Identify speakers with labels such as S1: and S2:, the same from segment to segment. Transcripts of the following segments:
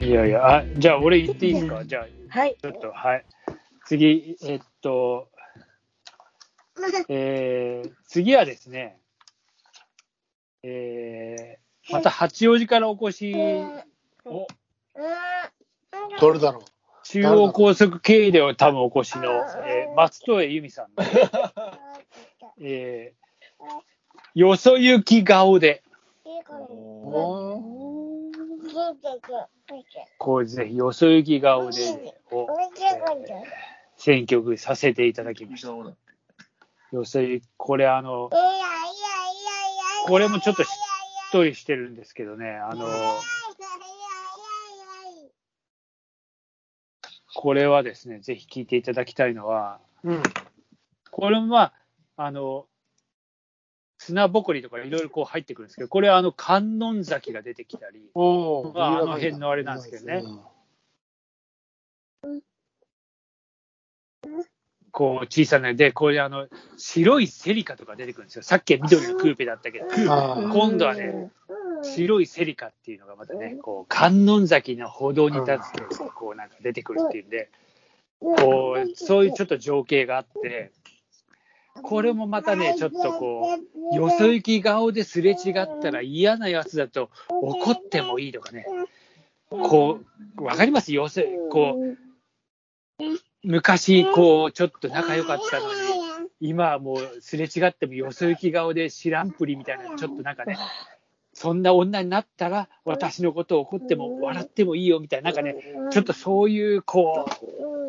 S1: やいや、あじゃあ俺言っていいですかじゃあ、
S2: はい。
S1: ちょっと、はい。次、えっ と、えー、次はですね、えー、また八王子からお越しを、
S3: どれだろう
S1: 中央高速経由で多分お越しの、えー、松任谷由実さんの、えー、よそ行き顔で、こうぜひよそ行き顔でを選曲させていただきました。よそ行き、これあの、これもちょっとしっとりしてるんですけどね、あの、これはですね、ぜひ聴いていただきたいのは、
S3: うん。
S1: これもまあ、あの、砂ぼこりとかいろいろこう入ってくるんですけど、これはあの観音崎が出てきたり、
S3: おー
S1: まああの辺のあれなんですけどね。こう小さなで、これあの、白いセリカとか出てくるんですよ。さっきは緑のクーペだったけど、
S3: あー
S1: 今度はね、白いセリカっていうのがまたね、こう観音崎の歩道に立つと、こうなんか出てくるっていうんで、こう、そういうちょっと情景があって、これもまたね、ちょっとこう、よそ行き顔ですれ違ったら嫌なやつだと怒ってもいいとかね、こう、わかりますよそ、こう、昔、こう、ちょっと仲良かったのに、今はもうすれ違ってもよそ行き顔で知らんぷりみたいな、ちょっとなんかね、そんな女になったら私のことを怒っても笑ってもいいよみたいな、なんかね、ちょっとそういう、こ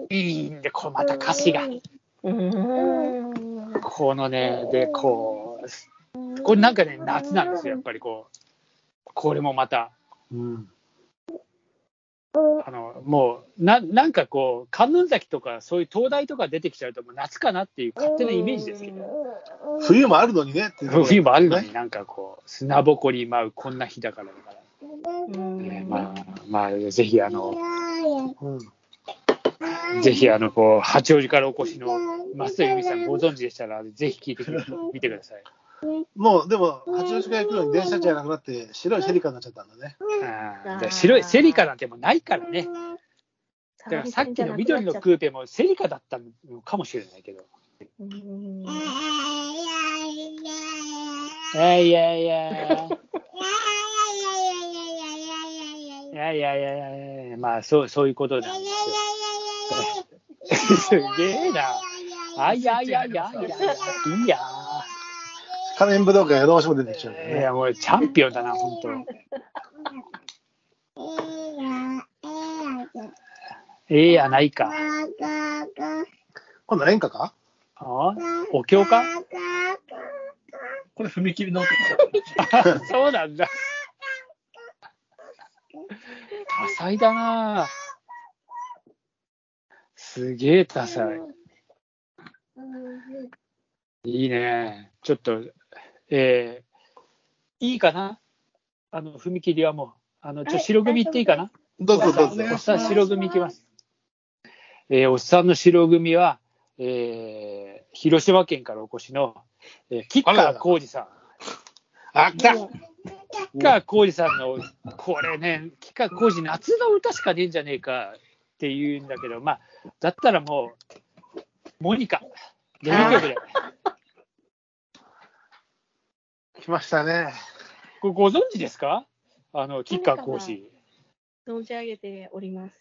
S1: う、いいんで、こうまた歌詞が、このね、で、こう、これなんかね、夏なんですよ、やっぱりこう、これもまた、
S3: うん。
S1: あの、もう、ななんかこう、観音崎とか、そういう灯台とか出てきちゃうと、もう夏かなっていう勝手なイメージですけど。
S3: 冬もあるのにねっていうところ
S1: 冬もあるのになんかこう砂ぼこり舞うこんな日だからだから、ねまあまあぜひあの
S3: うん。
S1: ぜひあのこう八王子からお越しの松田由美さんご存知でしたらぜひ聞いてみてください。
S3: もう、でも、八王子から行くのに電車じゃなくなって、白いセリカになっちゃったんだね。
S1: あー白いセリカなんてもうないからね。だからさっきの緑のクーペもセリカだったのかもしれないけど。
S2: うん
S1: いやいやいやいやいやいやいやいやいやまあそうそういうことなんですよ。すげえな。あいやいやいやいやいやいや。
S3: 仮面武道館やどうしも出てきちゃうよ
S1: い
S3: ね。
S1: や、もうチャンピオンだな、本当。ええやないか。
S3: 今度は演歌か
S1: あお経か
S4: これ踏切の音
S1: そうなんだ。多彩だなすげえ多彩。いいね。ちょっと、えー、いいかなあの、踏切はもう。あの、ちょ、
S2: はい
S1: 白組行っていいかな
S3: どうぞどう
S4: お
S3: ぞ
S4: 願いし
S1: おっ
S4: ま。
S1: さん白組いきます。えーおっさんの白組は、えー広島県からお越しの、えー、吉川浩司さん。
S3: あ、来た
S1: 吉川浩司さんの、これね、吉川浩司、夏の歌しかねえんじゃねえかって言うんだけど、まあ、だったらもう、モニカ、デビュー曲で。
S3: 来ましたね。
S1: これご存知ですかあの、吉川浩司。
S2: 存じ上げております。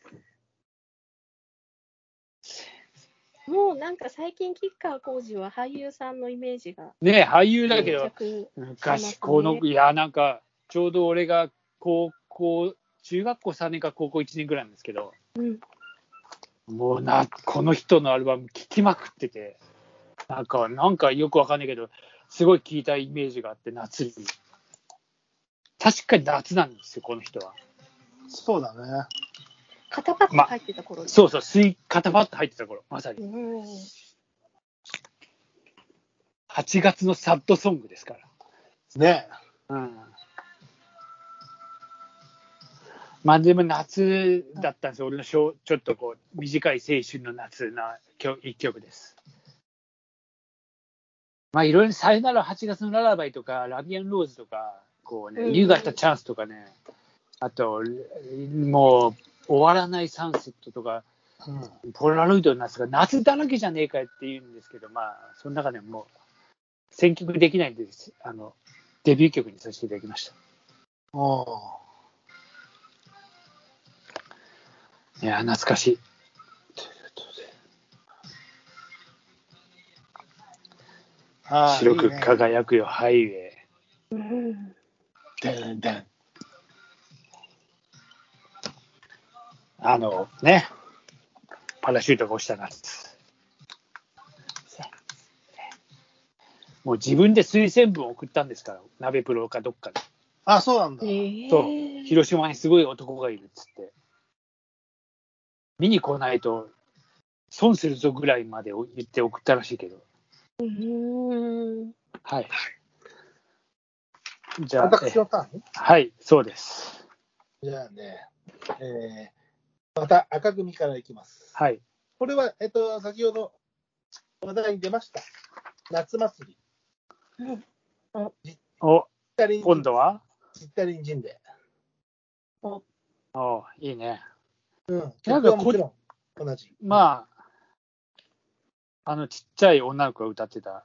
S2: もうなんか最近、吉川晃司は俳優さんのイメージが
S1: ねえ俳優だけど
S2: 定、着
S1: 昔、この、いや、なんか、ちょうど俺が高校、中学校3年か高校1年ぐらいなんですけど、
S2: うん
S1: もうな、この人のアルバム聴きまくってて、なんか、なんかよくわかんないけど、すごい聴いたイメージがあって、夏に。確かに夏なんですよ、この人は。
S3: そうだね。
S2: 肩パッと入ってた頃です
S1: そうそう、スイカタパッと入ってた頃、まさに。
S2: うん
S1: 8月のサッドソングですから。
S3: ね。
S1: うんまあでも夏だったんですよ、俺の小ちょっとこう短い青春の夏な曲一曲です。まあいろいろ「さよなら8月のララバイ」とか「ラビアン・ローズ」とか「こう
S2: う
S1: ね、
S2: ん
S1: 夕方チャンス」とかねあともう終わらないサンセットとか、ポラロイドの夏が夏だらけじゃねえかって言うんですけど、まあ、その中でも選曲できないんです。あの、デビュー曲にさせていただきました。
S3: お
S1: いや、懐かしい。
S3: ああ
S1: 白く輝くよ、ハイウェイ。
S3: でんでん。
S1: あのね、パラシュートが落ちたな。もう自分で推薦文送ったんですから、鍋プロかどっかで。
S3: あ、そうなんだ。
S1: そう、広島にすごい男がいるっつって。見に来ないと損するぞぐらいまで言って送ったらしいけど。
S2: うん。
S1: はい。
S3: じゃあ、私のターン
S1: はい、そうです。
S3: じゃあね、えー、また赤組からいきます。
S1: はい。
S3: これは、えっと、先ほど話題に出ました、夏祭り。
S1: うん、お、今度は
S3: ジッタリンジンで。
S1: お、おいいね。
S3: うん、曲はもちろん同じ。
S1: まあ、あのちっちゃい女の子が歌ってた。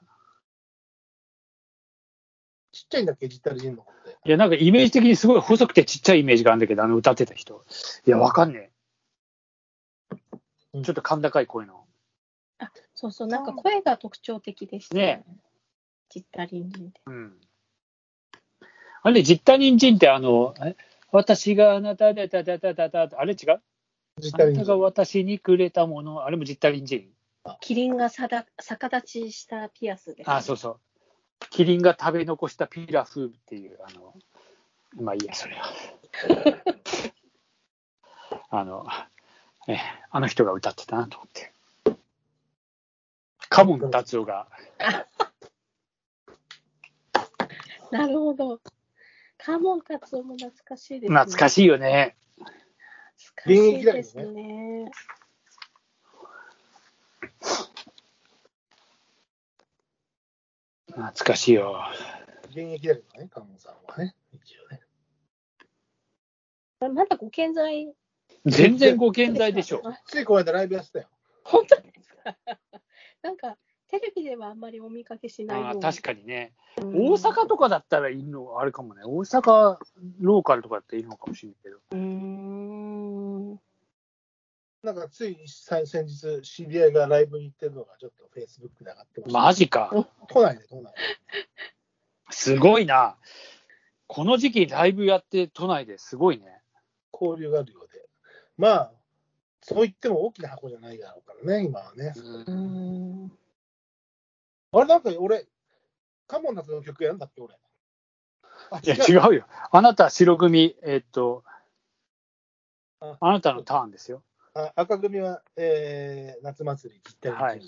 S3: ちっちゃいんだっけ、ジッタルジンの子って。
S1: いや、なんかイメージ的にすごい細くてちっちゃいイメージがあるんだけど、あの歌ってた人。いや、わかんねえ。うん、ちょっと甲高い声の。
S2: あそうそう、なんか声が特徴的でしたね。ねジッタリンジンって。
S1: うん。あれ、ジッタリンジンって、あの、え私があなたでたたたたたた、あれ違う
S3: ジッタリ
S1: ジン。あな
S3: ン
S1: たが私にくれたもの、あれもジッタリンジン。
S2: キリンがさだ逆立ちしたピアスです、
S1: ね。あそうそう。キリンが食べ残したピラフっていう、あの、まあいいや、それは。 あの、え、あの人が歌ってたなと思って。カモン達夫が。
S2: なるほど。カモン達夫も懐かしいですね。
S1: 懐かしいよね。
S2: 懐かしいですね。
S1: 懐かしいよ。
S3: 現役だけどね、カモンさんはね、一応ね。
S2: まだご健在
S1: 全然ご健在でしょ。
S3: ついこの間ライブやってたよ。
S2: 本当ですかなんか、テレビではあんまりお見かけしない
S1: あ確かにね、うん、大阪とかだったらいるのあれかもね。大阪ローカルとかだっているのかもしれないけど。
S2: うん。
S3: なんかつい先日、知り合いがライブに行ってるのが、ちょっとフェイスブックで上がってました。
S1: マジか。
S3: 来ないね、来ない。
S1: すごいな。この時期、ライブやって都内ですごいね。
S3: 交流があるようで。まあ、そう言っても大きな箱じゃないだろうからね、今はね。
S2: うん
S3: あれ、なんか俺、カモン夏の曲やんだっけ、俺。
S1: いや、違うよ。あなた、白組、えー、っとあ、あなたのターンですよ。
S3: 赤組は、えー、夏祭り実態の、はい、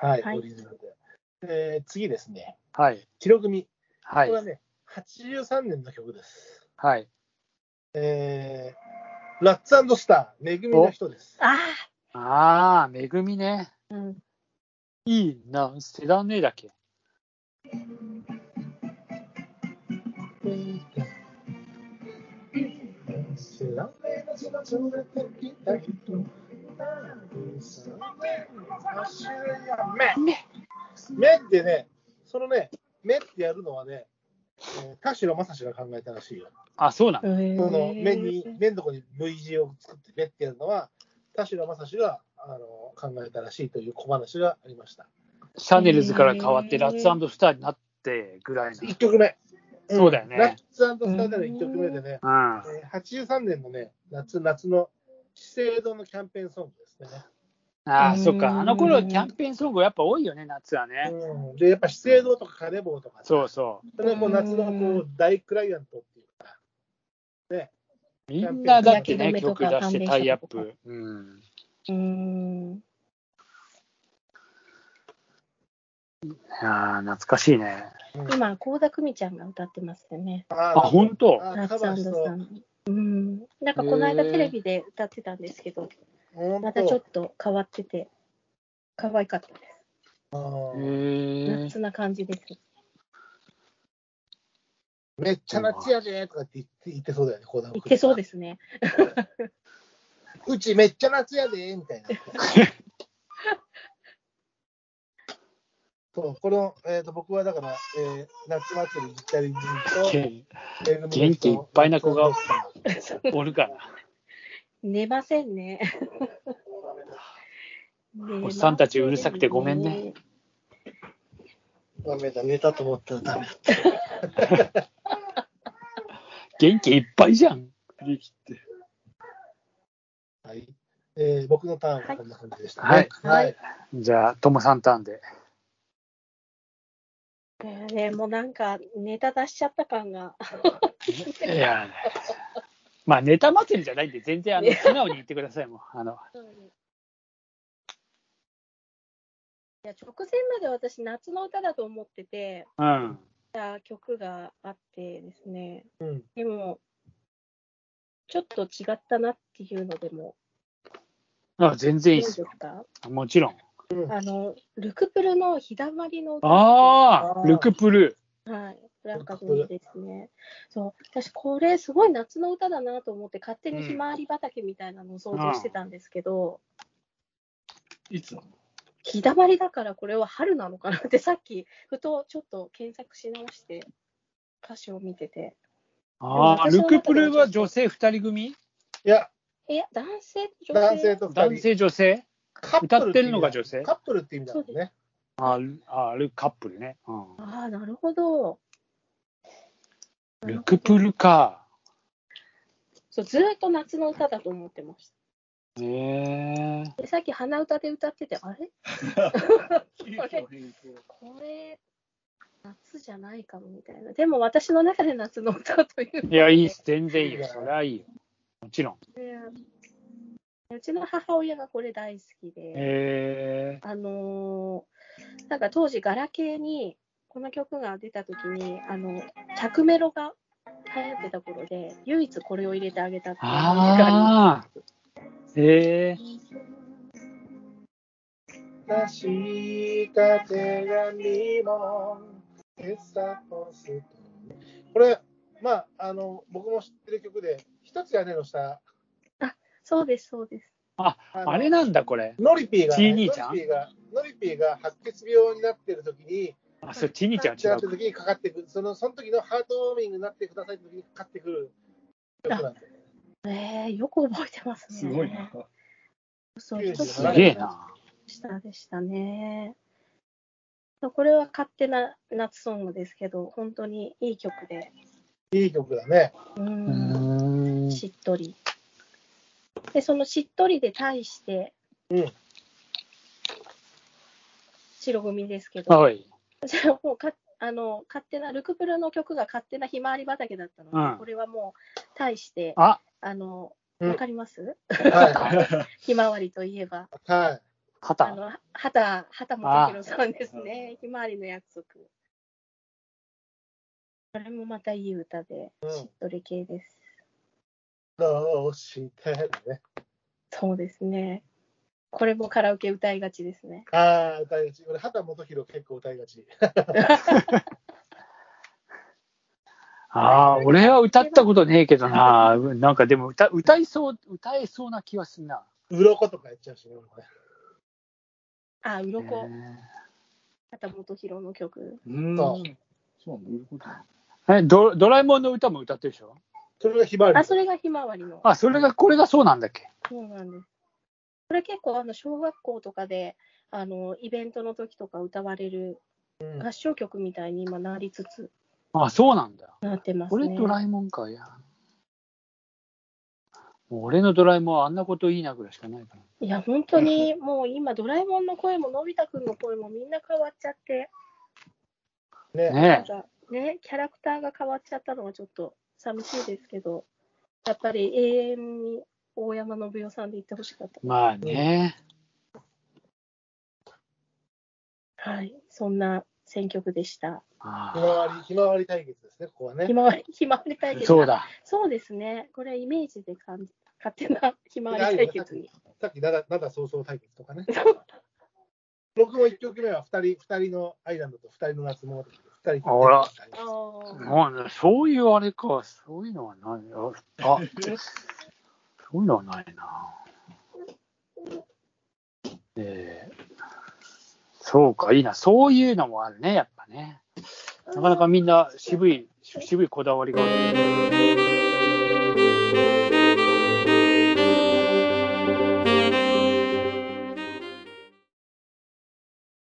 S3: はい、はい、オリジナルで。えー、次ですね、
S1: はい、
S3: 白組、
S1: はい、
S3: これはね、83年の曲です。
S1: はい。
S3: えー、ラッツスター、めぐみの人です。
S2: あ
S1: あ、あめぐみね。
S2: うん、
S1: いいな、知らねえだけ。知らねえ街の連れてきた人なん
S3: さ走れやめめってねそのねめってやるのはね、えー、田代正史が考えたらしいよ
S1: あそうなん
S3: その目に目のとこに V 字を作ってめってやるのは田代正史があの考えたらしいという小話がありました
S1: シャネルズから変わってラッツスターになってぐらいの
S3: 1曲目
S1: そうだよね。
S3: ラッツスターでの1曲目でね、
S1: うん、
S3: えー、83年のね、夏、夏の資生堂のキャンペーンソングですね。
S1: ああ、そっか。あの頃キャンペーンソングやっぱ多いよね、夏はね。
S3: うん、で、やっぱ資生堂とかカネボウとか、ね、。
S1: そうそう
S3: それも夏のこう大クライアントっていうか、ね。
S1: みんなだってね、曲出してタイアップ。うん。
S2: うん
S1: いや懐かしいね。
S2: 今、高田久美ちゃんが歌ってますよね。
S1: あ、本当
S2: 夏さん。うん。なんか、この間テレビで歌ってたんですけど、またちょっと変わってて、可愛かったです。夏な感じです。
S3: めっちゃ夏やでとかって言って言ってそうだよね、
S2: 言ってそうですね。
S3: うちめっちゃ夏やで、みたい な。そう、この、えっ、ー、と、僕はだから、えー、夏祭り、ギタリ
S1: 人と、元気いっぱいな子がおるから。
S2: 寝ませんね。
S1: おっさんたちうるさくてごめんね。
S3: ダメだ、寝たと思ったらダメだった。
S1: 元気いっぱいじゃん。
S4: 振り切って。
S3: はい。えー、僕のターンはこんな感じでした、
S1: ね、はい。はい。はい、じゃあ、ともさんターンで。
S2: ね、もうなんかネタ出しちゃった感が。
S1: いや、まあネタ祭りじゃないんで、全然あの素直に言ってくださいもあの。
S2: いや直前まで私、夏の歌だと思ってて、
S1: うん、
S2: 曲があってですね、
S1: うん、
S2: でも、ちょっと違ったなっていうのでも、
S1: あ全然いいです
S2: よ。す
S1: もちろん。
S2: あの、ルクプルの日だまりの
S1: ああ、ルクプル。
S2: はい。なんかですね。そう。私、これ、すごい夏の歌だなと思って、勝手にひまわり畑みたいなのを想像してたんですけど、
S4: うん、いつなの
S2: 日だまりだから、これは春なのかなって、さっき、ふとちょっと検索し直して、歌詞を見てて。
S1: ああ、ルクプルは女性2人組い
S3: や。
S2: いや、男性、女性。
S3: 男性と
S1: 男性、女性歌ってるのが女性
S3: カップルって意味だもんね。
S1: ああ、あれカップルね。うん、
S2: ああ、なるほど。
S1: ルクプルか。。
S2: そう、ずっと夏の歌だと思ってました
S1: へえー、
S2: でさっき鼻歌で歌ってて、あれこれ、夏じゃないかもみたいな。でも私の中で夏の歌という。
S1: いや、いいです。全然いいよ。それはいいよ。もちろん。
S2: うちの母親がこれ大好きで、
S1: え
S2: ー、あのー、なんか当時、ガラケーにこの曲が出た時に、あの、着メロが流行ってた頃で、唯一これを入れてあげたっていう
S1: あー、え
S3: ー、らしい風が身もこれ、まあ、あの、僕も知ってる曲で、一つ屋根の下
S2: そうです、そうです。
S1: あ、あれなんだ、これ。
S3: ノリピーが、
S1: ね、ちゃん
S3: ノリピーが、ノリピーが白血病になってる時に、
S1: あ、そう、チーニーちゃん
S3: 違う。って時にかかってくる、その、その時のハートウォーミングになってくださいって時にかかってくる曲なんで。
S2: ええー、よく覚えてますね。
S4: すごいな。
S2: そう、一つ
S1: すげえな。
S2: 下でしたね。これは勝手な夏ソングですけど、本当にいい曲で。
S3: いい曲だね。
S2: うん。しっとり。で、そのしっとりで対して、
S3: うん、
S2: 白組ですけど、
S1: はい、
S2: じゃあもうかあの勝手な、ルクプルの曲が勝手なひまわり畑だったので、うん、これはもう対して、
S1: あ
S2: あの、わかります、、
S3: はい
S2: ひまわりといえば。
S3: はい。
S1: 畑。あ
S2: の、畑、畑本博さんですね。ひまわりの約束。これもまたいい歌で、しっとり系です。うん
S3: どうしてね。
S2: そうですね。これもカラオケ歌いがちですね。
S3: ああ、歌いがち。俺、畑基博結構歌いがち。
S1: ああ、俺は歌ったことねえけどな。なんかでも歌、歌いそう、歌えそうな気はすんな。
S3: 鱗とかやっちゃうしね、俺。
S2: ああ、鱗。えー、畑基博の曲。
S4: うん。そうなんだ、鱗
S1: だ。えド、ドラえもんの歌も歌ってるでしょ
S3: それがひまわり。
S2: あ、それがひまわりの。
S1: あ、それが、これがそうなんだっけ。
S2: そうなんです。これ結構、あの、小学校とかで、あの、イベントの時とか歌われる合唱曲みたいに今なりつつ。
S1: うん、あ、そうなんだ。
S2: なってます、
S1: ね、俺、ドラえもんか、いや。もう俺のドラえもんはあんなこといいなぐらいしかないから。
S2: いや、本当に、もう今、ドラえもんの声も、のび太くんの声もみんな変わっちゃって。
S1: ねね
S2: ね、キャラクターが変わっちゃったのはちょっと寂しいですけど、やっぱり永遠に大山信代さんでいってほしかった。
S1: まあね。
S2: はい、そんな選曲でした。
S3: ひまわり、ひまわり対決ですね、ここはね。
S2: ひまわり、 ひまわり対決。
S1: そうだ。
S2: そうですね。これはイメージで感じ、勝手なひまわり対決に。
S3: さっき、なだ、なだ早々対決とかね。僕も1曲目は2人 ,2 人のアイランドと2人の夏物と2人
S1: あらあ、ね、そういうあれか、そういうのはない。あそういうのはないな。えー、そうか、いいな。そういうのもあるね、やっぱね。なかなかみんな渋い、渋いこだわりがある。